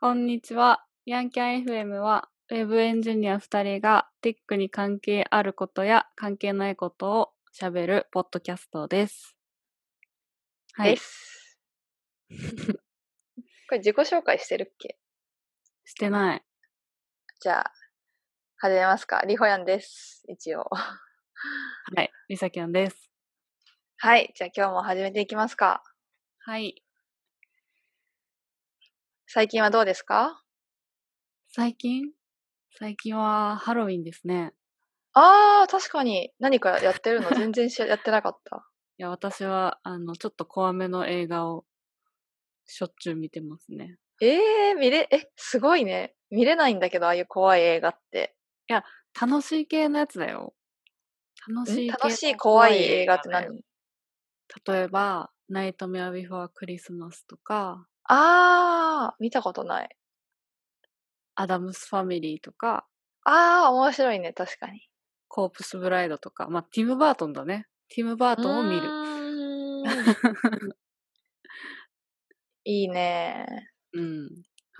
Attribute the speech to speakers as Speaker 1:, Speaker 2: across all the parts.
Speaker 1: こんにちは。ヤンキャン FM は、ウェブエンジニア2人がテックに関係あることや関係ないことをしゃべるポッドキャストです。はい。
Speaker 2: で
Speaker 1: し
Speaker 2: す。これ自己紹介してるっけ
Speaker 1: てない。
Speaker 2: じゃあ、始めますか。りほやんです。一応。
Speaker 1: はい。りさきゃんです。
Speaker 2: はい。じゃあ今日も始めていきますか。
Speaker 1: はい。
Speaker 2: 最近はどうですか
Speaker 1: 最近最近はハロウィンですね。
Speaker 2: あー、確かに。何かやってる の全然しやってなかった。
Speaker 1: いや、私は、あの、ちょっと怖めの映画をしょっちゅう見てますね。
Speaker 2: えー、見れ、え、すごいね。見れないんだけど、ああいう怖い映画って。
Speaker 1: 楽しい系のやつだよ。楽し
Speaker 2: ん
Speaker 1: い系
Speaker 2: 楽しい
Speaker 1: の
Speaker 2: 怖い映画って
Speaker 1: だよ
Speaker 2: 何
Speaker 1: 例えば、ナイトメアビフォークリスマスとか、
Speaker 2: あー、見たことない。
Speaker 1: アダムスファミリーとか、
Speaker 2: あー、面白いね。確かに。
Speaker 1: コープスブライドとか、まあ、ティム・バートンだね。ティム・バートンを見る。
Speaker 2: うー んいいね。
Speaker 1: うん。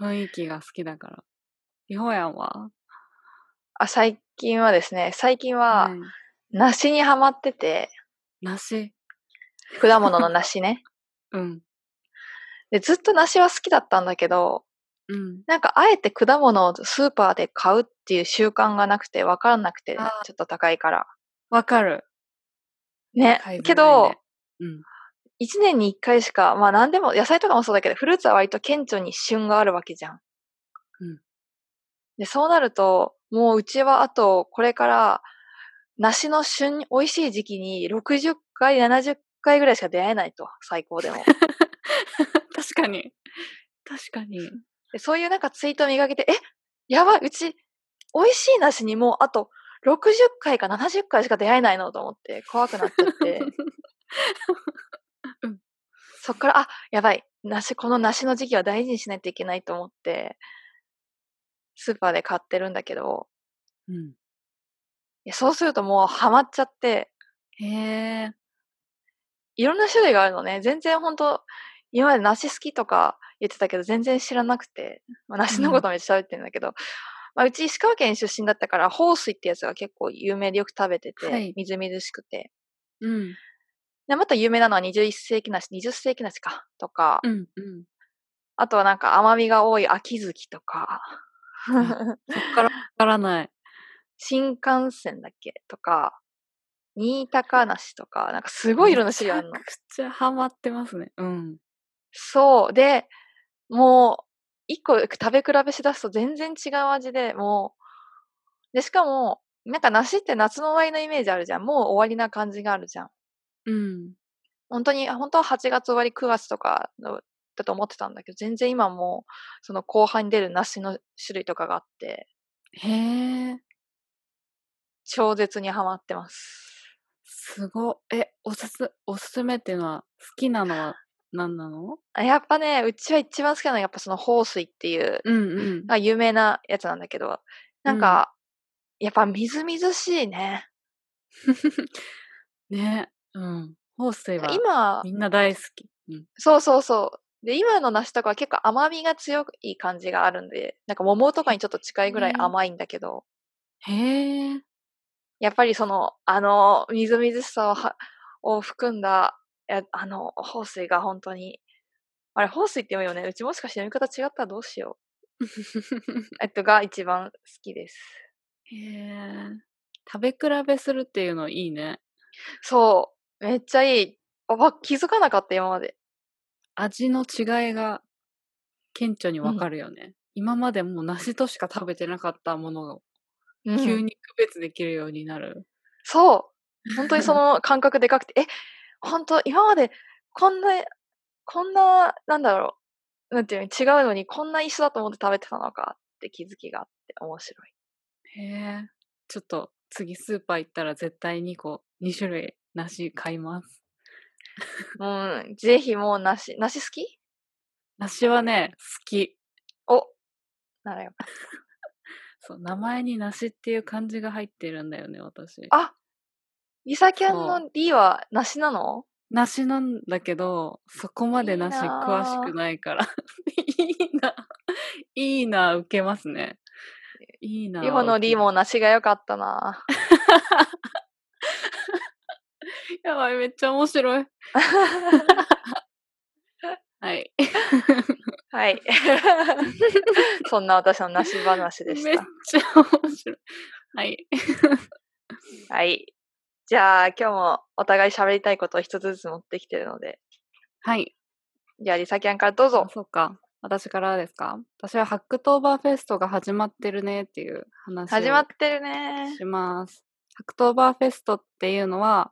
Speaker 1: 雰囲気が好きだから。日本やんは
Speaker 2: あ、最近はですね、最近は、
Speaker 1: はい
Speaker 2: 梨にハマってて、
Speaker 1: 梨。
Speaker 2: 果物の 梨ね。
Speaker 1: うん。
Speaker 2: で、ずっと梨は好きだったんだけど、
Speaker 1: うん。
Speaker 2: なんかあえて果物をスーパーで買うっていう習慣がなくて、わからなくて、
Speaker 1: あ
Speaker 2: ちょっと高いから。
Speaker 1: わかる。
Speaker 2: ね
Speaker 1: 買いづらいね。
Speaker 2: けど、
Speaker 1: うん。
Speaker 2: 一年に一回しか、まあ何でも、野菜とかもそうだけど、フルーツは割と顕著に旬があるわけじゃん。
Speaker 1: うん
Speaker 2: で、そうなると、もううちはあと、これから、梨の旬、美味しい時期に60回、70回ぐらいしか出会えないと、最高でも。
Speaker 1: 確かに。確かに。
Speaker 2: でそういうなんかツイートを見かけて、えやばい、うち、美味しい梨にもうあと60回か70回しか出会えないのと思って、怖くなっちゃって。
Speaker 1: うん
Speaker 2: そっから、あ、やばい、梨、この梨の時期は大事にしないといけないと思って、スーパーで買ってるんだけど、
Speaker 1: うん。
Speaker 2: いやそうするともうハマっちゃって、
Speaker 1: へえ。
Speaker 2: いろんな種類があるのね。全然本当今まで梨好きとか言ってたけど、全然知らなくて、まあ、梨のことめっちゃ喋ってるんだけど、まあ、うち石川県出身だったから、豊水ってやつが結構有名でよく食べてて、
Speaker 1: はい
Speaker 2: みずみずしくて。
Speaker 1: うん。
Speaker 2: で、また有名なのは21世紀梨、20世紀梨か、とか、
Speaker 1: うん。うん。
Speaker 2: あとはなんか甘みが多い秋月とか、
Speaker 1: そっからわからない。
Speaker 2: 新幹線だっけとか、新高梨とか、なんかすごいいろんな種類あるの
Speaker 1: め。ちゃくちゃハマってますね。うん。
Speaker 2: そう。で、もう、一個食べ比べしだすと全然違う味で、もう、で、しかも、なんか梨って夏の終わりのイメージあるじゃん。もう終わりな感じがあるじゃん。
Speaker 1: うん。
Speaker 2: 本当に、本当は8月終わり、9月とかのだと思ってたんだけど、全然今もう、その後半に出る梨の種類とかがあって、
Speaker 1: へえ。
Speaker 2: 超絶にハマってます。
Speaker 1: すごっ。え、おすす、おすすめっていうのは、好きなの は何なの
Speaker 2: あやっぱね、うちは一番好きなのはやっぱその豊水っていう
Speaker 1: うんうん。
Speaker 2: あ有名なやつなんだけど、なんか、やっぱみずみずしいね。
Speaker 1: ね。うん。ホースイは
Speaker 2: 今、
Speaker 1: みんな大好き。うん。
Speaker 2: そうそうそう。で、今の梨とかは結構甘みが強い感じがあるんで、なんか桃とかにちょっと近いぐらい
Speaker 1: ね
Speaker 2: 甘いんだけど、
Speaker 1: へえ。
Speaker 2: やっぱりその、あの、みずみずしさをはを含んだ、やあの、放水が本当に、あれ、放水って読むよね。うちもしかして読み方違ったらどうしよう。えっと、が一番好きです。
Speaker 1: へえ。食べ比べするっていうのいいね。
Speaker 2: そう。めっちゃいい。あ、わ気づかなかった、今まで。
Speaker 1: 味の違いが顕著にわかるよね。今までもう梨としか食べてなかったものを
Speaker 2: うん
Speaker 1: 急に区別できるようになる。
Speaker 2: そう。本当にその感覚でかくて、え、本当今までこんな、こんな、なんだろう、なんていうの、違うのにこんな一緒だと思って食べてたのかって気づきがあって面白い。
Speaker 1: へえ。ちょっと次スーパー行ったら絶対2個、2種類梨買います。
Speaker 2: うん、ぜひもう梨、梨好き
Speaker 1: 梨はね、好き。
Speaker 2: お、ならよかっ
Speaker 1: そう、名前に梨っていう漢字が入ってるんだよね、私。
Speaker 2: た。あ、リサキャン
Speaker 1: そう
Speaker 2: の D は梨なの
Speaker 1: 梨なんだけど、そこまで
Speaker 2: いい
Speaker 1: 梨
Speaker 2: な
Speaker 1: 詳し
Speaker 2: あ
Speaker 1: くないから。いいな。いいな、受けますね。いいな。
Speaker 2: リホのリーも梨が良かったな。
Speaker 1: ウケる。やばい、めっちゃ面白い。はい。
Speaker 2: はい。 そんな私の梨話で
Speaker 1: め
Speaker 2: し。
Speaker 1: ったちゃ面白い。はい。
Speaker 2: はい。じゃあ、今日もお互い喋りたいことを一つずつ持ってきてるので。
Speaker 1: はい。
Speaker 2: じゃあ、リサキャンからどうぞ
Speaker 1: あ。そうか。私からですか私はハックトーバーフェストが始まってるねっていう話を
Speaker 2: 始まってるね。
Speaker 1: します。ハックトーバーフェストっていうのは、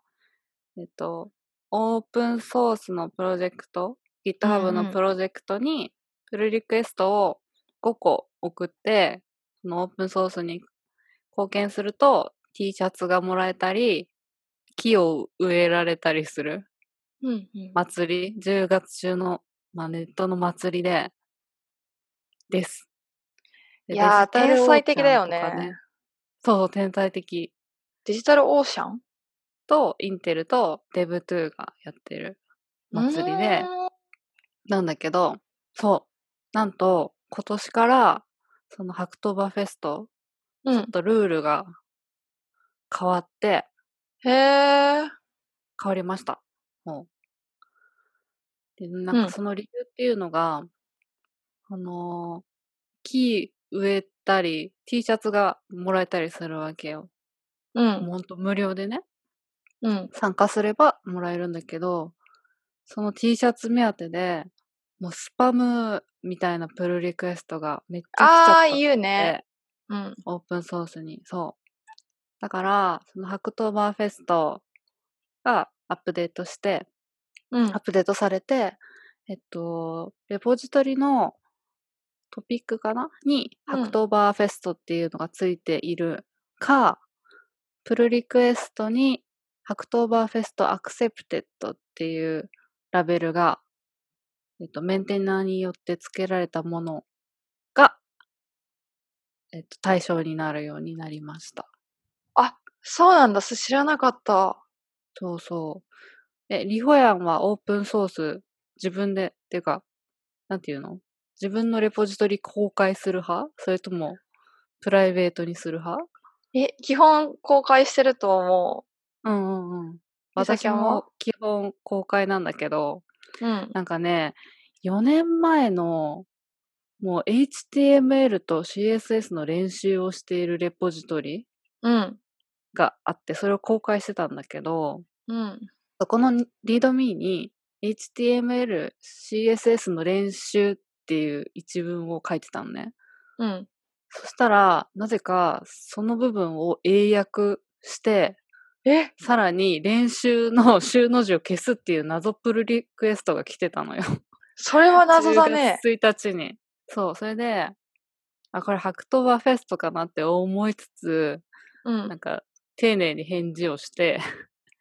Speaker 1: えっと、オープンソースのプロジェクト、GitHub
Speaker 2: うんう
Speaker 1: の
Speaker 2: ん
Speaker 1: プロジェクトに、プルリクエストを5個送って、そのオープンソースに貢献すると、T シャツがもらえたり、木を植えられたりする。
Speaker 2: うん、うん。
Speaker 1: 祭り、10月中の、まあ、ネットの祭りで、です。で
Speaker 2: いや
Speaker 1: デ
Speaker 2: ー
Speaker 1: ジタル
Speaker 2: 天才的だよ
Speaker 1: オーシャンとか
Speaker 2: ね
Speaker 1: そう、天才的
Speaker 2: デジタルオーシャン
Speaker 1: と、インテルとデブトゥーがやってる祭りで、なんだけど、そう、なんと、今年から、そのハクトーバーフェスト
Speaker 2: うーん。
Speaker 1: とルールが変わって、
Speaker 2: うん。へー。
Speaker 1: 変わりました。もう。で、なん
Speaker 2: うん
Speaker 1: かその理由っていうのが、あのー木植えたり、T シャツがもらえたりするわけよ。
Speaker 2: うん。
Speaker 1: ほんと無料でね、
Speaker 2: うん。
Speaker 1: 参加すればもらえるんだけど、その T シャツ目当てで、もうスパムみたいなプルリクエストがめっちゃ来ちゃった
Speaker 2: あ
Speaker 1: っ
Speaker 2: ー、
Speaker 1: て。
Speaker 2: 言うね。うん。
Speaker 1: オープンソースに。そう。だから、そのハクトーバーフェストがアップデートして、
Speaker 2: うん
Speaker 1: アッ。プデートされて、えっと、レポジトリのトピックかなに、
Speaker 2: うん
Speaker 1: ハクトーバーフェストっていうのがついているか、プルリクエストに、ハクトーバーフェストアクセプテッドっていうラベルが、えっと、メンテナーによって付けられたものが、えっと、対象になるようになりました。
Speaker 2: そうなんだ。す知らなかった。
Speaker 1: そうそう。え、リホヤンはオープンソース、自分で、っていうか、なんていうの自分のレポジトリ公開する派それとも、プライベートにする派
Speaker 2: え、基本公開してると思
Speaker 1: うんうんうん。
Speaker 2: 美
Speaker 1: 私
Speaker 2: 咲は
Speaker 1: も基本公開なんだけど、
Speaker 2: う。うん。
Speaker 1: なんかね、4年前の、もう HTML と CSS の練習をしているレポジトリ
Speaker 2: うん。
Speaker 1: があって、それを公開してたんだけど、
Speaker 2: うん。
Speaker 1: そこのにリードミーに HTML、CSS の練習っていう一文を書いてたのね。
Speaker 2: うん。
Speaker 1: そしたら、なぜかその部分を英訳して、
Speaker 2: え
Speaker 1: さらに練習の週の字を消すっていう謎プルリクエストが来てたのよ。
Speaker 2: それは 謎だね。
Speaker 1: 10月1日に。そう、それで、あ、これハクトーバーフェストかなって思いつつ、
Speaker 2: うん
Speaker 1: なん。か丁寧に返事をして、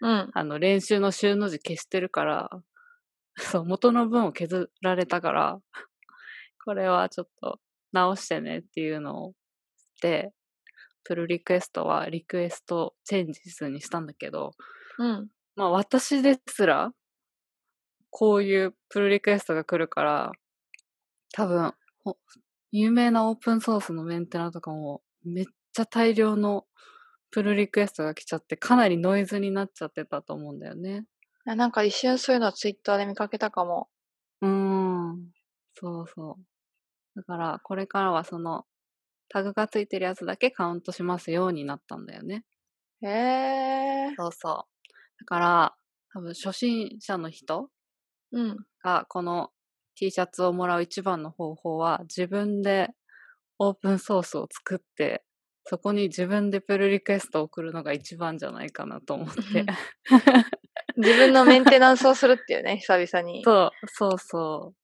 Speaker 2: うん。
Speaker 1: あの、練習の週の字消してるから、 そう、元の分を削られたから、 これはちょっと直してねっていうのを、で、プルリクエストはリクエストチェンジ数にしたんだけど、
Speaker 2: うん。
Speaker 1: まあ私ですら、こういうプルリクエストが来るから、多分、ほ有名なオープンソースのメンテナーとかも、めっちゃ大量のプルリクエストが来ちゃって、かなりノイズになっちゃってたと思うんだよね。
Speaker 2: いやなんか一瞬そういうのツイッターで見かけたかも。
Speaker 1: うーん。そうそう。だから、これからはその、タグがついてるやつだけカウントしますようになったんだよね。
Speaker 2: へえ。
Speaker 1: そうそう。だから、多分初心者の人
Speaker 2: うん。
Speaker 1: がこの T シャツをもらう一番の方法は、自分でオープンソースを作って、そこに自分でプルリクエストを送るのが一番じゃないかなと思って。
Speaker 2: 自分のメンテナンスをするっていうね、久々 に。
Speaker 1: そう、そうそう。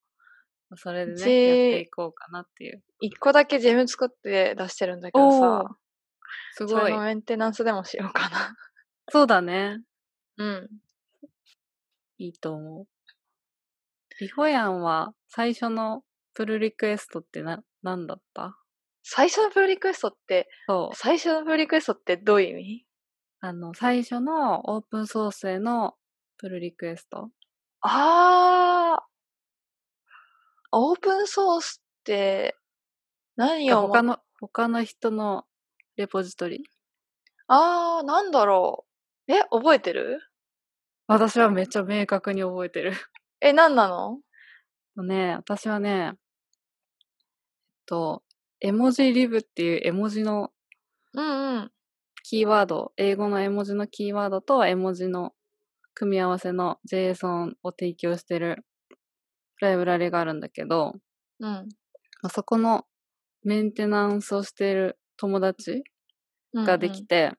Speaker 1: それで
Speaker 2: うち
Speaker 1: ね、やっていこうかなっていう。
Speaker 2: 一個だけジェム作って出してるんだけど
Speaker 1: おー
Speaker 2: さ、
Speaker 1: す
Speaker 2: そ
Speaker 1: ごい
Speaker 2: れの。メンテナンスでもしようか な。
Speaker 1: そうだね。
Speaker 2: うん。
Speaker 1: いいと思う。リホヤンは最初のプルリクエストってな、なんだった
Speaker 2: 最初のプロリクエストって、
Speaker 1: そう。
Speaker 2: 最初のプロリクエストってどういう意味
Speaker 1: あの、最初のオープンソースへのプルリクエスト。
Speaker 2: あー。オープンソースって、何をも
Speaker 1: 他の、他の人のレポジトリ。
Speaker 2: あー、なんだろう。え、覚えてる
Speaker 1: 私はめっちゃ明確に覚えてる。
Speaker 2: え、何なの
Speaker 1: ね、私はね、えっと、絵文字リブっていう絵文字の
Speaker 2: うんうん。
Speaker 1: キーワード、英語の絵文字のキーワードと絵文字の組み合わせの JSON を提供してるライブラリがあるんだけど、
Speaker 2: うん。
Speaker 1: まあそこのメンテナンスをしている友達
Speaker 2: うん
Speaker 1: ができて、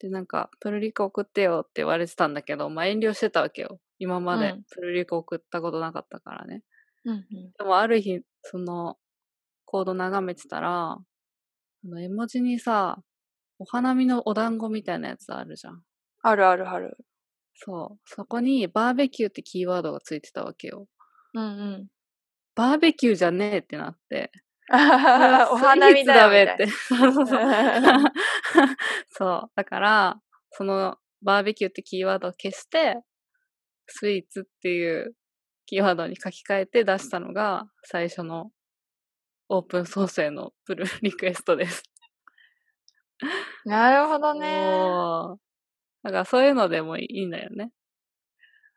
Speaker 1: で、なんか、プルリク送ってよって言われてたんだけど、まあ遠慮してたわけよ。今ま
Speaker 2: う
Speaker 1: で
Speaker 2: ん
Speaker 1: プルリク送ったことなかったからね。
Speaker 2: うんうん
Speaker 1: でもある日、その、コード眺めてたら、あの、絵文字にさ、お花見のお団子みたいなやつあるじゃん。
Speaker 2: あるあるある。
Speaker 1: そう。そこに、バーベキューってキーワードがついてたわけよ。
Speaker 2: うんうん。
Speaker 1: バーベキューじゃねえってなって。
Speaker 2: お
Speaker 1: これは
Speaker 2: 花見だよみたいな
Speaker 1: スイーツだべって。そう そうそう。そう。だから、その、バーベキューってキーワードを消して、スイーツっていうキーワードに書き換えて出したのが、最初のオープンソースへのプルリクエスト です。
Speaker 2: なるほどね。
Speaker 1: おーだからそういうのでもいいんだよね。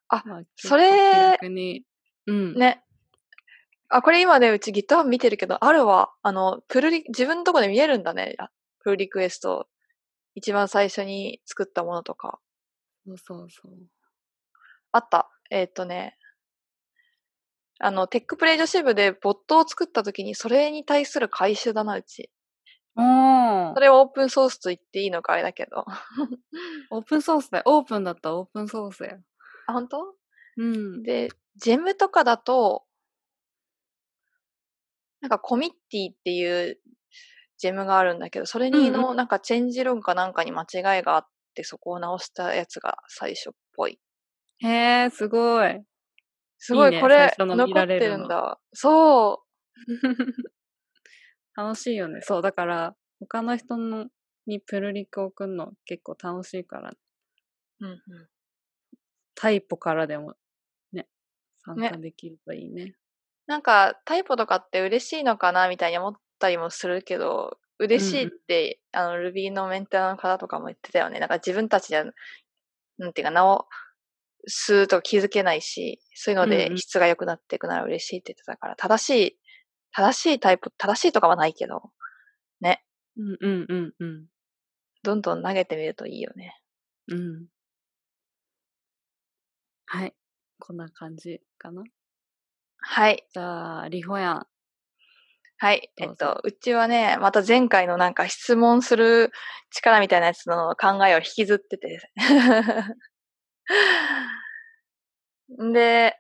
Speaker 2: あ
Speaker 1: まあ、
Speaker 2: それ
Speaker 1: 結構気楽に。うん。
Speaker 2: ね。あ、これ今ね、うちギター見てるけど、あるわ。あの、プルリ、自分のとこで見えるんだね。あプルリクエスト。一番最初に作ったものとか。
Speaker 1: そうそうそう。
Speaker 2: あった。えーっとね。あの、テックプレイ女子部でボットを作った時に、それに対する回収だな、うち。
Speaker 1: お
Speaker 2: それをオープンソースと言っていいのかあれだけど。 あ、
Speaker 1: オープンソースだよ。オープンだったらオープンソースや。
Speaker 2: 本当？
Speaker 1: うん。
Speaker 2: で、ジェムとかだと、なんかコミッティっていうジェムがあるんだけど、それに
Speaker 1: うん
Speaker 2: のなんかチェンジログかなんかに間違いがあって、そこを直したやつが最初っぽい。
Speaker 1: へえ、すごい。
Speaker 2: すご
Speaker 1: いい
Speaker 2: い、
Speaker 1: ね
Speaker 2: これ
Speaker 1: 最初の見
Speaker 2: 残
Speaker 1: ら
Speaker 2: って
Speaker 1: れるの
Speaker 2: るんだ。そ
Speaker 1: 楽しいよね。そう、だから、他の人のにプルリク送るの結構楽しいから、
Speaker 2: う。うん
Speaker 1: タイプからでもね、参
Speaker 2: ね
Speaker 1: 加できるといいね。
Speaker 2: なんかタイプとかって嬉しいのかなみたいに思ったりもするけど、嬉しいって、あの Ruby のメンテナーの方とかも言ってたよね。なんか自分たちじゃ、なんていうか、直すと気づけないし、そういうの
Speaker 1: うんう
Speaker 2: で
Speaker 1: ん
Speaker 2: 質が良くなっていくなら嬉しいって言ってたから、正しい、正しいタイプ、正しいとかはないけ
Speaker 1: う
Speaker 2: ど、
Speaker 1: んうんうんうん。
Speaker 2: どんどん投げてみるといいよね。
Speaker 1: うん。はい。こんな感じかな。
Speaker 2: はい。
Speaker 1: じゃあ、リホヤン。
Speaker 2: はい。え
Speaker 1: ど
Speaker 2: っ
Speaker 1: うぞ
Speaker 2: と、うちはね、また前回のなんか質問する力みたいなやつの考えを引きずってて。 で、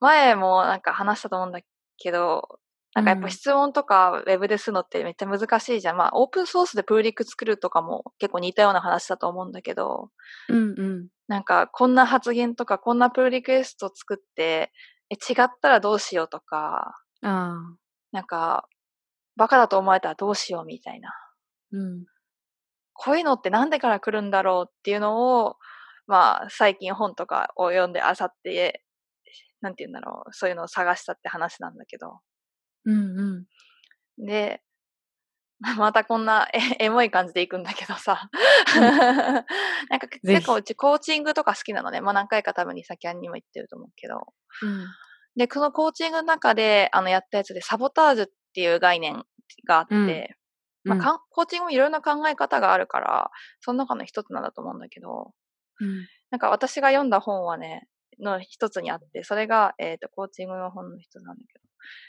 Speaker 2: 前もなんか話したと思うんだけど、なんかやっ
Speaker 1: う
Speaker 2: ぱ
Speaker 1: ん
Speaker 2: 質問とかウェブでするのってめっちゃ難しいじゃん。まあ、オープンソースでプーリック作るとかも結構似たような話だと思うんだけど、
Speaker 1: うんうん。
Speaker 2: なんかこんな発言とかこんなプーリクエスト作って、え違ったらどうしようとか、
Speaker 1: ああ。
Speaker 2: なんか、バカだと思われたらどうしようみたいな。
Speaker 1: うん。
Speaker 2: こういうのってなんでから来るんだろうっていうのを、まあ、最近本とかを読んであさって、なんて言うんだろう、そういうのを探したって話なんだけど。
Speaker 1: うんうん。
Speaker 2: で、 またこんなえエモい感じでいくんだけどさ。
Speaker 1: うん
Speaker 2: なんか
Speaker 1: ひ
Speaker 2: 結構うちコーチングとか好きなのね。まあ何回か多分に先にも言ってると思うけど。
Speaker 1: うん。
Speaker 2: で、このコーチングの中であのやったやつでサボタージュっていう概念があって、
Speaker 1: うん
Speaker 2: まあ、かんコーチングもいろいろな考え方があるから、その中の一つなんだと思うんだけど、
Speaker 1: うん。
Speaker 2: なんか私が読んだ本はね、の一つにあって、それが、えっ、と、コーチングの本の一つなんだけど、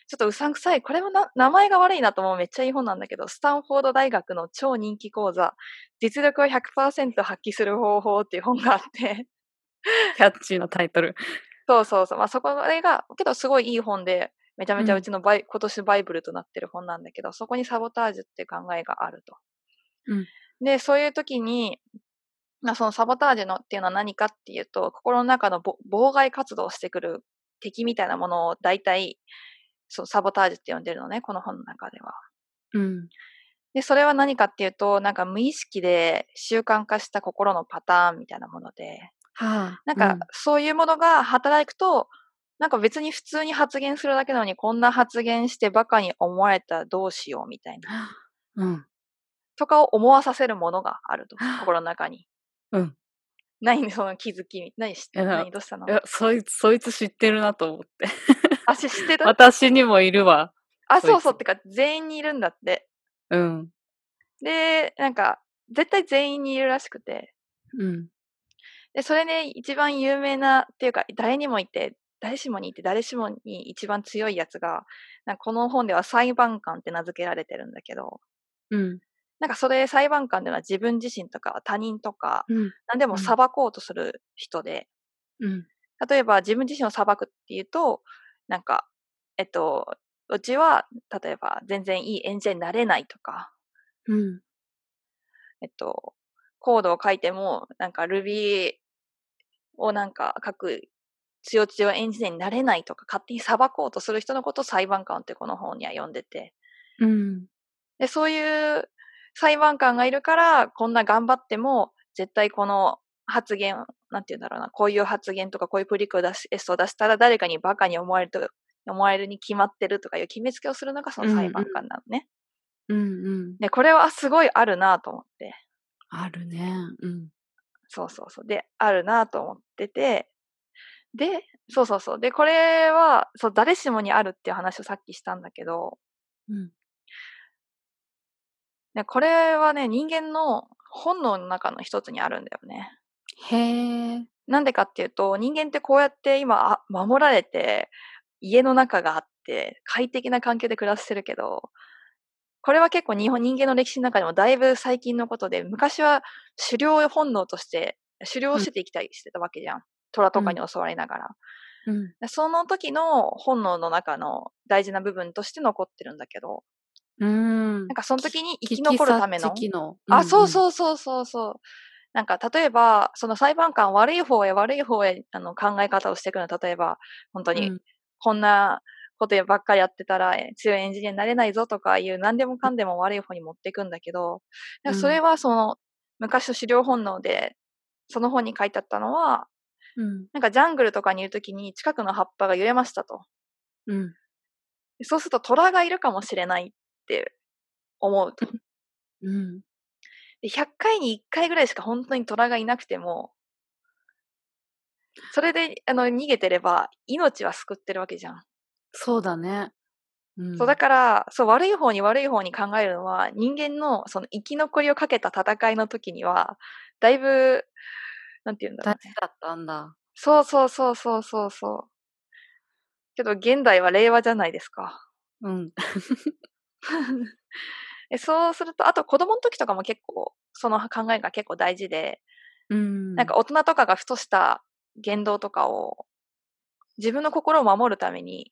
Speaker 2: ちょっとうさんくさい、これもな名前が悪いなと思うめっちゃいい本なんだけど、スタンフォード大学の超人気講座、実力を100%発揮する方法っていう本があって、
Speaker 1: キャッチーなタイトル。
Speaker 2: そうそうそう。まあそこあれが、けどすごいいい本で、めちゃめちゃ
Speaker 1: うん
Speaker 2: うちのバイ、今年バイブルとなってる本なんだけど、そこにサボタージュっていう考えがあると。
Speaker 1: うん
Speaker 2: で、そういう時に、まあそのサボタージュのっていうのは何かっていうと、心の中のぼ妨害活動をしてくる敵みたいなものを大体、そうサボタージュって呼んでるのね、この本の中では。
Speaker 1: うん。
Speaker 2: で、それは何かっていうと、なんか無意識で習慣化した心のパターンみたいなもので、
Speaker 1: はあ。
Speaker 2: なんか、そういうものが働くと、なんか別に普通に発言するだけなのに、こんな発言してバカに思われたらどうしようみたいな。
Speaker 1: うん。
Speaker 2: とかを思わさせるものがあると。心の中に。
Speaker 1: うん。
Speaker 2: 何その気づき。何し
Speaker 1: いや
Speaker 2: 何どうしたの
Speaker 1: いや、そいつ、そいつ知ってるなと思って。
Speaker 2: あ、し知ってた
Speaker 1: 私にもいるわ。
Speaker 2: あ、
Speaker 1: そいつ
Speaker 2: そうそう。ってか、全員にいるんだって。
Speaker 1: うん。
Speaker 2: で、なんか、絶対全員にいるらしくて。
Speaker 1: うん。
Speaker 2: で、それね、一番有名な、っていうか、誰にもいて、誰しもにいて、誰しもに一番強いやつが、なんかこの本では裁判官って名付けられてるんだけど、
Speaker 1: うん。
Speaker 2: なんかそれ裁判官っていうのは自分自身とか他人とか、
Speaker 1: うん。
Speaker 2: 何で
Speaker 1: う
Speaker 2: も
Speaker 1: ん
Speaker 2: 裁こうとする人で、
Speaker 1: うん。
Speaker 2: 例えば自分自身を裁くっていうと、なんか、えっと、うちは、例えば全然いい演者になれないとか、
Speaker 1: うん。
Speaker 2: えっと、コードを書いても、なんか Ruby をなんか書く強強エンジニアになれないとか、勝手に裁こうとする人のことを裁判官ってこの本には読んでて。
Speaker 1: うん。
Speaker 2: で、そういう裁判官がいるから、こんな頑張っても、絶対この発言、なんて言うんだろうな、こういう発言とかこういうプリクを出し、エストを出したら誰かにバカに思われると、思われるに決まってるとかいう決めつけをするのがその裁判官なのね。
Speaker 1: うん。うん。
Speaker 2: で、これはすごいあるなと思って。
Speaker 1: あるね。うん。
Speaker 2: そうそうそう。で、あるなと思ってて、で、そうそうそう。で、これは、そう、誰しもにあるっていう話をさっきしたんだけど、
Speaker 1: うん。
Speaker 2: ね、これはね、人間の本能の中の一つにあるんだよね。
Speaker 1: へえ。
Speaker 2: なんでかっていうと、人間ってこうやって今、あ守られて、家の中があって、快適な環境で暮らしてるけど、これは結構日本、人間の歴史の中でもだいぶ最近のことで、昔は狩猟本能として、狩猟してて生きたりしてたわけじゃん。虎とかに襲われながら。
Speaker 1: うん。
Speaker 2: でその時の本能の中の大事な部分として残ってるんだけど、
Speaker 1: うん
Speaker 2: なん。かその時に生き残るための。
Speaker 1: 危機の。
Speaker 2: あ、そう
Speaker 1: うん。
Speaker 2: そうそうそうそう。なんか例えば、その裁判官悪い方へ悪い方へあの考え方をしていくのは、例えば、本当
Speaker 1: う
Speaker 2: に
Speaker 1: ん
Speaker 2: こんなことばっかりやってたらえ強いエンジニアになれないぞとかいう何でもかんでも悪い方に持っていくんだけど、なんかそれはその昔の狩猟本能で、その本に書いてあったのは、
Speaker 1: うん。
Speaker 2: なんかジャングルとかにいる時に近くの葉っぱが揺れましたと。
Speaker 1: うん。
Speaker 2: でそうすると虎がいるかもしれないって思うと。
Speaker 1: うん。
Speaker 2: で100回に1回ぐらいしか本当に虎がいなくても、それであの逃げてれば命は救ってるわけじゃん。
Speaker 1: そうだね。うん
Speaker 2: そうだからそう悪い方に悪い方に考えるのは人間のその生き残りをかけた戦いの時にはだいぶなんて言うんだろ
Speaker 1: 大
Speaker 2: う
Speaker 1: 事
Speaker 2: ね。
Speaker 1: だったんだ。
Speaker 2: そうそうそうそうそうそう。けど現代は令和じゃないですか。
Speaker 1: うん。
Speaker 2: えそうすると、あと子供の時とかも結構、その考えが結構大事で、
Speaker 1: うん。
Speaker 2: なんか、大人とかがふとした言動とかを、自分の心を守るために、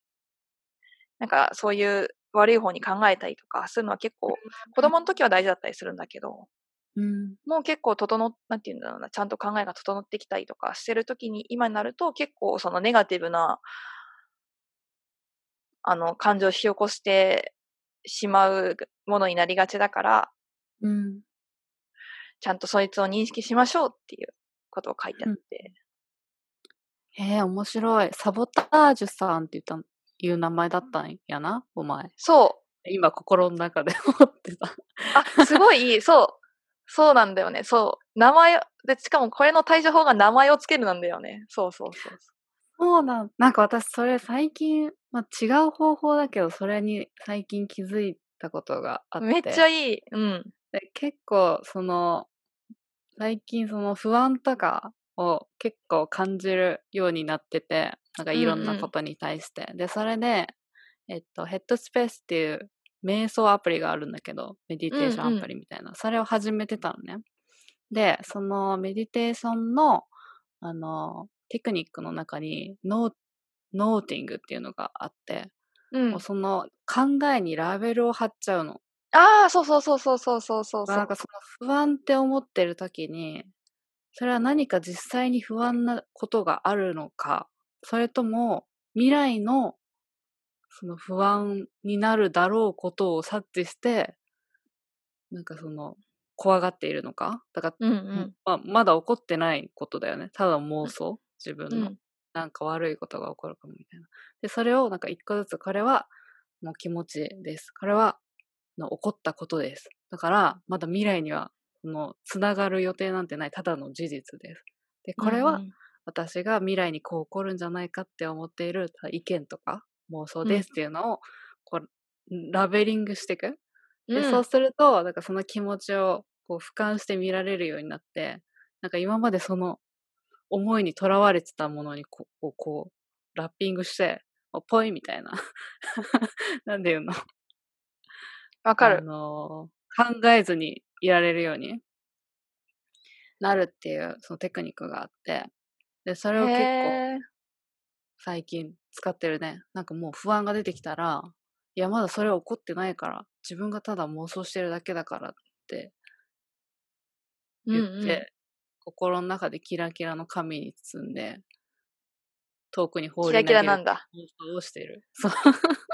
Speaker 2: なんかそういう悪い方に考えたりとかするのは結構、子供の時は大事だったりするんだけど、
Speaker 1: うん。
Speaker 2: もう結構整っ、なんていうんだろうな、ちゃんと考えが整ってきたりとかしてる時に、今になると結構そのネガティブな、あの、感情を引き起こしてしまうものになりがちだから、
Speaker 1: うん。
Speaker 2: ちゃんとそいつを認識しましょうっていうことを書いてあって。
Speaker 1: へえ、面白い。サボタージュさんって言った、いう名前だったんやな、お前。
Speaker 2: そ
Speaker 1: 今、心の中で思ってた。
Speaker 2: う。あ、すごいいい。そう。そうなんだよね。そう。名前を、で、しかもこれの対処法が名前をつけるなんだよね。そうそうそうそ
Speaker 1: そうなん、なんか私、それ最近、まあ、違う方法だけど、それに最近気づいたことがあっ
Speaker 2: う。
Speaker 1: て。
Speaker 2: めっちゃいい。うん。
Speaker 1: で結構、その、最近、その不安とかを結構感じるようになってて、なんかいろん
Speaker 2: うん
Speaker 1: な
Speaker 2: うん
Speaker 1: ことに対して。で、それで、えっと、ヘッドスペースっていう瞑想アプリがあるんだけど、メディテーションアプリみたいな。それを始めてたのね。で、そのメディテーションの、あの、テクニックの中に、ノー、ノーティングっていうのがあって、
Speaker 2: うん
Speaker 1: もう。その考えにラベルを貼っちゃうの。
Speaker 2: ああ、そうそうそうそうそうそうそう
Speaker 1: まあ
Speaker 2: そ
Speaker 1: なん
Speaker 2: う。
Speaker 1: かその不安って思ってる時にそれは何か実際に不安なことがあるのかそれとも未来のその不安になるだろうことを察知してなんかその怖がっているのかだから、
Speaker 2: うんう
Speaker 1: うん
Speaker 2: ん。
Speaker 1: まあ、まだ起こってないことだよねただ妄想自分
Speaker 2: う
Speaker 1: の、
Speaker 2: ん。
Speaker 1: なんか悪いことが起こるかもみたいな。で、それをなんか一個ずつ、これはもう気持ちです。これはの起こったことです。だから、まだ未来には、この、つながる予定なんてない、ただの事実です。で、これは
Speaker 2: うんうん
Speaker 1: 私が未来にこう起こるんじゃないかって思っているた意見とか妄想ですっていうのをこうラベリングしていく、で
Speaker 2: うん
Speaker 1: そうするとなんかその気持ちをこう俯瞰して見られるようになってなんか今までその思いにとらわれてたものにこうこうラッピングしておぽいみたいな なんで言うの
Speaker 2: わか
Speaker 1: あ
Speaker 2: る。
Speaker 1: の考えずにいられるようになるっていうそのテクニックがあってでそれを結構
Speaker 2: へー
Speaker 1: 最近使ってるね。なんかもう不安が出てきたら、いや、まだそれは起こってないから、自分がただ妄想してるだけだからって言って、
Speaker 2: うんうん
Speaker 1: 心の中でキラキラの紙に包んで、遠くに放
Speaker 2: キ
Speaker 1: り投
Speaker 2: ラキ
Speaker 1: げる
Speaker 2: ラなんだ。
Speaker 1: 妄想をしてる。 そう、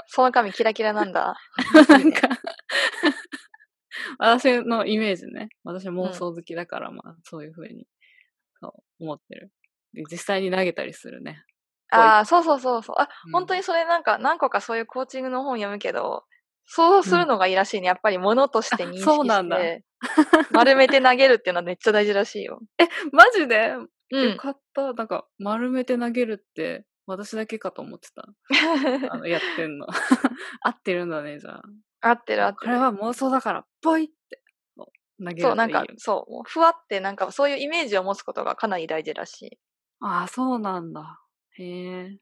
Speaker 2: その髪キラキラなんだ。
Speaker 1: なんか、私のイメージね。私妄想好きだから、まあ、そういうふうに、そう思ってる。で、実際に投げたりするね。ぽい
Speaker 2: ああ、そうそうそうそう。あ、
Speaker 1: うん
Speaker 2: 本当にそれなんか何個かそういうコーチングの本読むけど、そうするのがいいらしいね。やっぱり物として認識して、
Speaker 1: そうなんだ
Speaker 2: 丸めて投げるっていうのはめっちゃ大事らしいよ。
Speaker 1: マジで
Speaker 2: う
Speaker 1: よ
Speaker 2: ん。
Speaker 1: かった。なんか、丸めて投げるって、私だけかと思ってた。あの、やってんの。 合ってるんだね、じゃあ。
Speaker 2: 合ってる合って
Speaker 1: これ
Speaker 2: る。
Speaker 1: は妄想だから、ポイって。こう投げる
Speaker 2: そう、
Speaker 1: と
Speaker 2: ないん
Speaker 1: いよ
Speaker 2: か、そう、もうふわってなんかそういうイメージを持つことがかなり大事らしい。
Speaker 1: ああ、そうなんだ。へえ。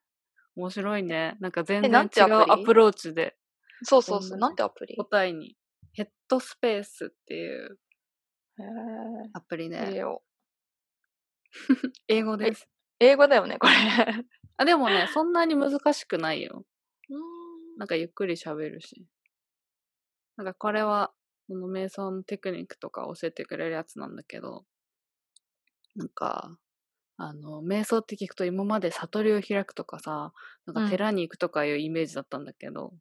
Speaker 1: 面白いね。なんか全然
Speaker 2: なん
Speaker 1: 違
Speaker 2: てアプ
Speaker 1: う
Speaker 2: リ
Speaker 1: アプローチで
Speaker 2: そうそうそ
Speaker 1: そ。
Speaker 2: うん
Speaker 1: な
Speaker 2: なんてアプリ
Speaker 1: 答えに。ヘッドスペースっていう
Speaker 2: へ
Speaker 1: アプリ
Speaker 2: ー入れ
Speaker 1: ね。
Speaker 2: よう
Speaker 1: 英語です。
Speaker 2: 英語だよ ね、これ。
Speaker 1: あ、でもね、そんなに難しくないよ。
Speaker 2: う
Speaker 1: なんかゆっくり喋るし。なんかこれは、この瞑想のテクニックとか教えてくれるやつなんだけど、なんか、あの、瞑想って聞くと今まで悟りを開くとかさ、なん
Speaker 2: うん
Speaker 1: か寺に行くとかいうイメージだったんだけど、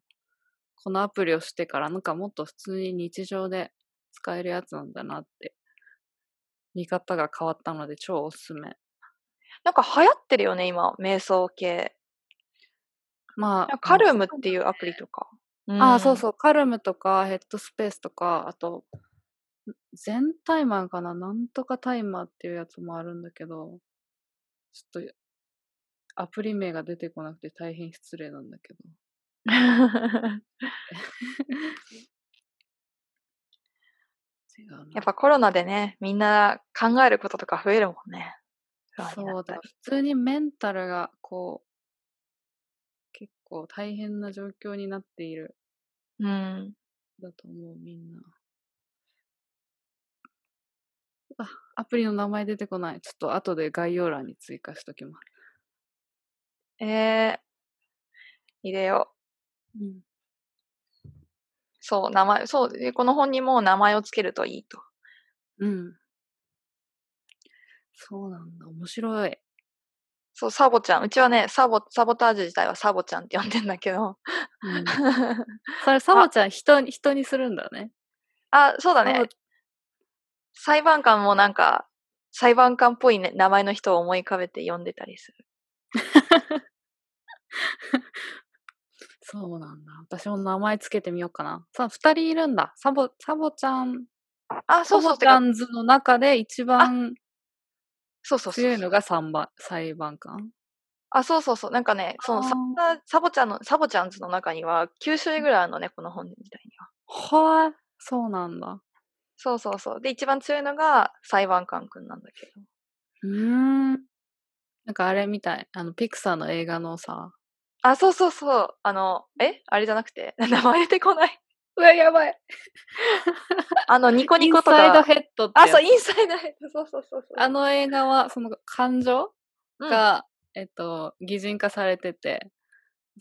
Speaker 1: このアプリをしてからなんかもっと普通に日常で使えるやつなんだなって、見方が変わったので超おすすめ。
Speaker 2: なんか流行ってるよね、今、瞑想系。
Speaker 1: まあ、
Speaker 2: カルム
Speaker 1: あ
Speaker 2: っていうアプリとか。
Speaker 1: あー、そう
Speaker 2: うん。
Speaker 1: そう。カルムとか、ヘッドスペースとか、あと、全タイマーかななんとかタイマーっていうやつもあるんだけど、ちょっと、アプリ名が出てこなくて大変失礼なんだけど。違うな。
Speaker 2: やっぱコロナでね、みんな考えることとか増えるもんね。不安にな
Speaker 1: そう
Speaker 2: った
Speaker 1: だ
Speaker 2: り。。
Speaker 1: 普通にメンタルが、こう、結構大変な状況になっている。
Speaker 2: うん。
Speaker 1: だと思う、みんな。あ、アプリの名前出てこない。ちょっと後で概要欄に追加しときます。
Speaker 2: えー、入れよう。
Speaker 1: うん
Speaker 2: そう、名前、そう、でこの本にも名前をつけるといいと。
Speaker 1: うん。そうなんだ。面白い。
Speaker 2: そう、サボちゃん。うちはね、サボ、サボタージュ自体はサボちゃんって呼んでんだけど。
Speaker 1: それ、サボちゃん、人に、人にするんだね。
Speaker 2: あ、そうだ
Speaker 1: サボ
Speaker 2: ね。裁判官もなんか、裁判官っぽい、ね、名前の人を思い浮かべて呼んでたりする。
Speaker 1: そうなんだ。私も名前つけてみようかな。さあ、二人いるんだ。サボ、サボちゃん、
Speaker 2: あ、そ
Speaker 1: サ
Speaker 2: うそう
Speaker 1: ボちゃんズの中で一番
Speaker 2: そうそうそう。
Speaker 1: 強いのが三番、裁判官。
Speaker 2: あ、そうそうそう。なんかね、そのサボタサボちゃんの、サボちゃんズの中には9種類ぐらいあるのね、この本自体には。
Speaker 1: はい。そうなんだ。
Speaker 2: そうそうそう。で、一番強いのが裁判官くんなんだけど。
Speaker 1: うーん。なんかあれみたい。あの、ピクサーの映画のさ。
Speaker 2: あ、そうそうそう。あの、えあれじゃなくて、 名前出てこない。
Speaker 1: うわ、やばい。
Speaker 2: あの、ニコ
Speaker 1: イ
Speaker 2: ニ
Speaker 1: ン
Speaker 2: コと
Speaker 1: サイド
Speaker 2: か。
Speaker 1: ヘッドってや
Speaker 2: あ、
Speaker 1: つ。
Speaker 2: そう、インサイドヘッド。そうそうそうそう。
Speaker 1: あの映画は、その感情
Speaker 2: うん、
Speaker 1: が、えっと、擬人化されてて、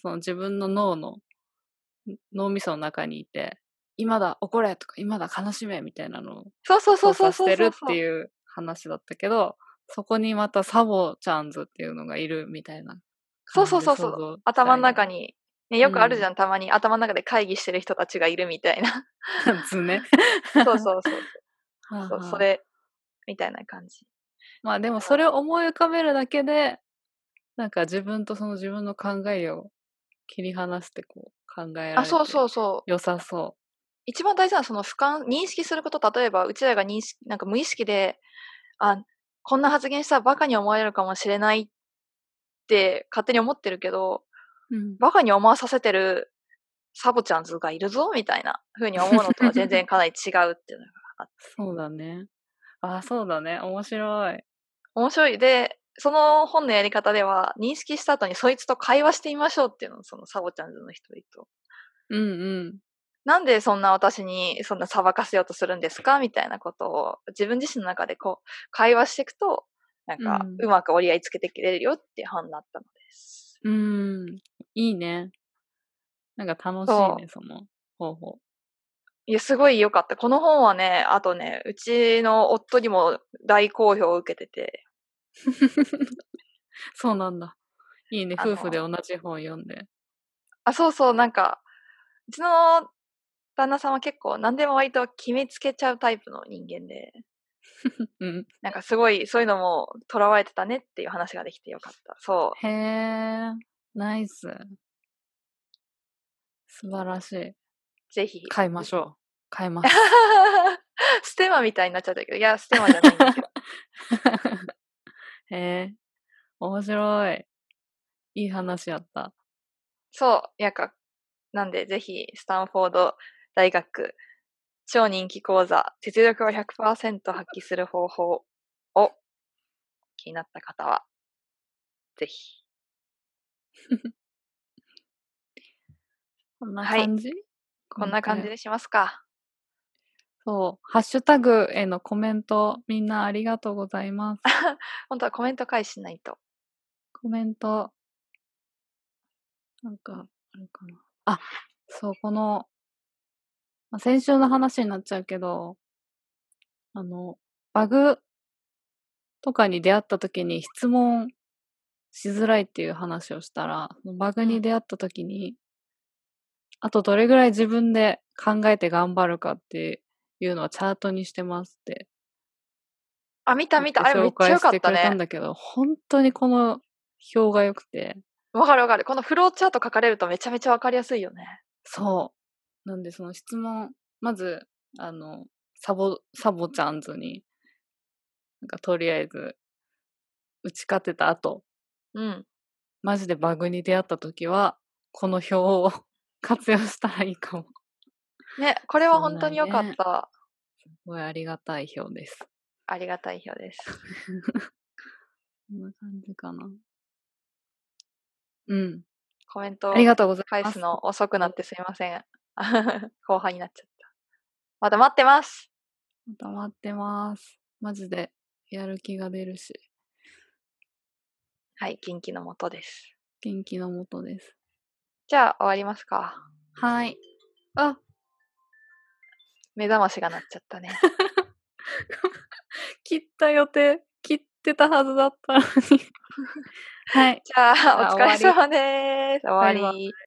Speaker 1: その自分の脳の、ん脳みその中にいて、今だ、怒れとか、今だ、悲しめみたいなのを
Speaker 2: そうそうそ
Speaker 1: 操
Speaker 2: うそ
Speaker 1: 作
Speaker 2: うそ
Speaker 1: し
Speaker 2: う
Speaker 1: て
Speaker 2: そ
Speaker 1: る
Speaker 2: う
Speaker 1: っていう話だったけど、そこにまたサボちゃんズっていうのがいるみたいな
Speaker 2: そ
Speaker 1: 感
Speaker 2: う
Speaker 1: じ
Speaker 2: そうそうそう頭の中
Speaker 1: に。
Speaker 2: に、ね、よくある
Speaker 1: うん
Speaker 2: じゃん、たまに頭の中で会議してる人たちがいるみた いな。
Speaker 1: 図 ね。
Speaker 2: そうそう そう
Speaker 1: はあ
Speaker 2: そう。
Speaker 1: はあ
Speaker 2: それ、みたいな感じ。
Speaker 1: まあでもそれを思い浮かべるだけで、なんか自分とその自分の考えを切り離してこう考えられて
Speaker 2: あ、そうそうそう。
Speaker 1: 良さそ
Speaker 2: 一番大事なのはその俯瞰、認識すること、例えば、うちらが認識、なんか無意識で、あ、こんな発言したらバカに思われるかもしれないって勝手に思ってるけど、
Speaker 1: う。うん
Speaker 2: バカに思わさせてるサボちゃんズがいるぞ、みたいな風に思うのとは全然かなり違うっていうのが
Speaker 1: そうだね。あ、そうだね。面白い。
Speaker 2: 面白い。で、その本のやり方では、認識した後にそいつと会話してみましょうっていうのを、そのサボちゃんズの人々と。
Speaker 1: うんうん。
Speaker 2: なんでそんな私にそんな裁かせようとするんですかみたいなことを自分自身の中でこう会話していくと、なんか
Speaker 1: うん
Speaker 2: うまく折り合いつけてきれるよっていう本になったのです。
Speaker 1: うん。いいね。なんか楽しいね、その方法。
Speaker 2: いや、すごい良かった。この本はね、あとね、うちの夫にも大好評を受けてて、
Speaker 1: そうなんだ。いいね。
Speaker 2: あの
Speaker 1: 夫婦で同じ本読んで。
Speaker 2: あ、そうそう、なんか、うちの旦那さんは結構何でも割と決めつけちゃうタイプの人間で、
Speaker 1: うん。
Speaker 2: なんかすごいそういうのも囚われてたねっていう話ができてよかった。そ
Speaker 1: へえ。ナイス。素晴らしい。
Speaker 2: う、ぜひ。
Speaker 1: 買いましょう。買い ます。
Speaker 2: ステマみたいになっちゃったけど、いや、ステマじゃないんだ けど。
Speaker 1: へえ。面白い。いい話やった。
Speaker 2: そう、なんか、なんでぜひ、スタンフォード大学超人気講座、実力を100%発揮する方法を気になった方は、ぜひ。
Speaker 1: こんな
Speaker 2: はい
Speaker 1: 感じ、
Speaker 2: こんな感じ
Speaker 1: 今回
Speaker 2: でしますか。
Speaker 1: そう。ハッシュタグへのコメント、みんなありがとうござい ます。
Speaker 2: 本当はコメント返しないと。
Speaker 1: コメント。なんか、あるかな。あ、そう、この、まあ、先週の話になっちゃうけど、あの、バグとかに出会った時に質問しづらいっていう話をしたら、そのバグ
Speaker 2: う
Speaker 1: に
Speaker 2: ん
Speaker 1: 出会った時に、あとどれぐらい自分で考えて頑張るかっていうのはチャートにしてますって
Speaker 2: あ、見た見た。あ
Speaker 1: 言
Speaker 2: れ
Speaker 1: て
Speaker 2: め
Speaker 1: 紹
Speaker 2: っち
Speaker 1: 介
Speaker 2: ゃ良か
Speaker 1: し
Speaker 2: ってた
Speaker 1: くれたん
Speaker 2: ね。
Speaker 1: だけど、本当にこの表が良くて、
Speaker 2: わかるわかる。このフローチャート書かれるとめちゃめちゃわかりやすいよね。
Speaker 1: そう。なんでその質問、まず、あの、サボ、サボちゃんズに、なんかとりあえず、打ち勝てた後、
Speaker 2: うん。
Speaker 1: マジでバグに出会った時は、この表を 活用したらいいかも。
Speaker 2: ね、これは
Speaker 1: そう
Speaker 2: 本当に良
Speaker 1: な
Speaker 2: か
Speaker 1: ん
Speaker 2: っ
Speaker 1: やね
Speaker 2: た。
Speaker 1: すごいありがたい表です。
Speaker 2: ありがたい表です。
Speaker 1: こんな感じかな。うん。
Speaker 2: コメント
Speaker 1: ありがとうござい
Speaker 2: 返
Speaker 1: ますす。
Speaker 2: の遅くなってすいません。 後半になっちゃった。また待ってます。
Speaker 1: また待ってます。マジで、やる気が出るし、
Speaker 2: はい、元気のもとです。
Speaker 1: 元気のもとです。
Speaker 2: じゃあ終わりますか。
Speaker 1: はい。あ、
Speaker 2: 目覚ましが鳴っちゃ ったね。
Speaker 1: 切った予定、切ってた はずだったのに。はい。
Speaker 2: じゃあ、お
Speaker 1: あ
Speaker 2: 疲れ
Speaker 1: 終わ
Speaker 2: 様です。終わり。
Speaker 1: バイバ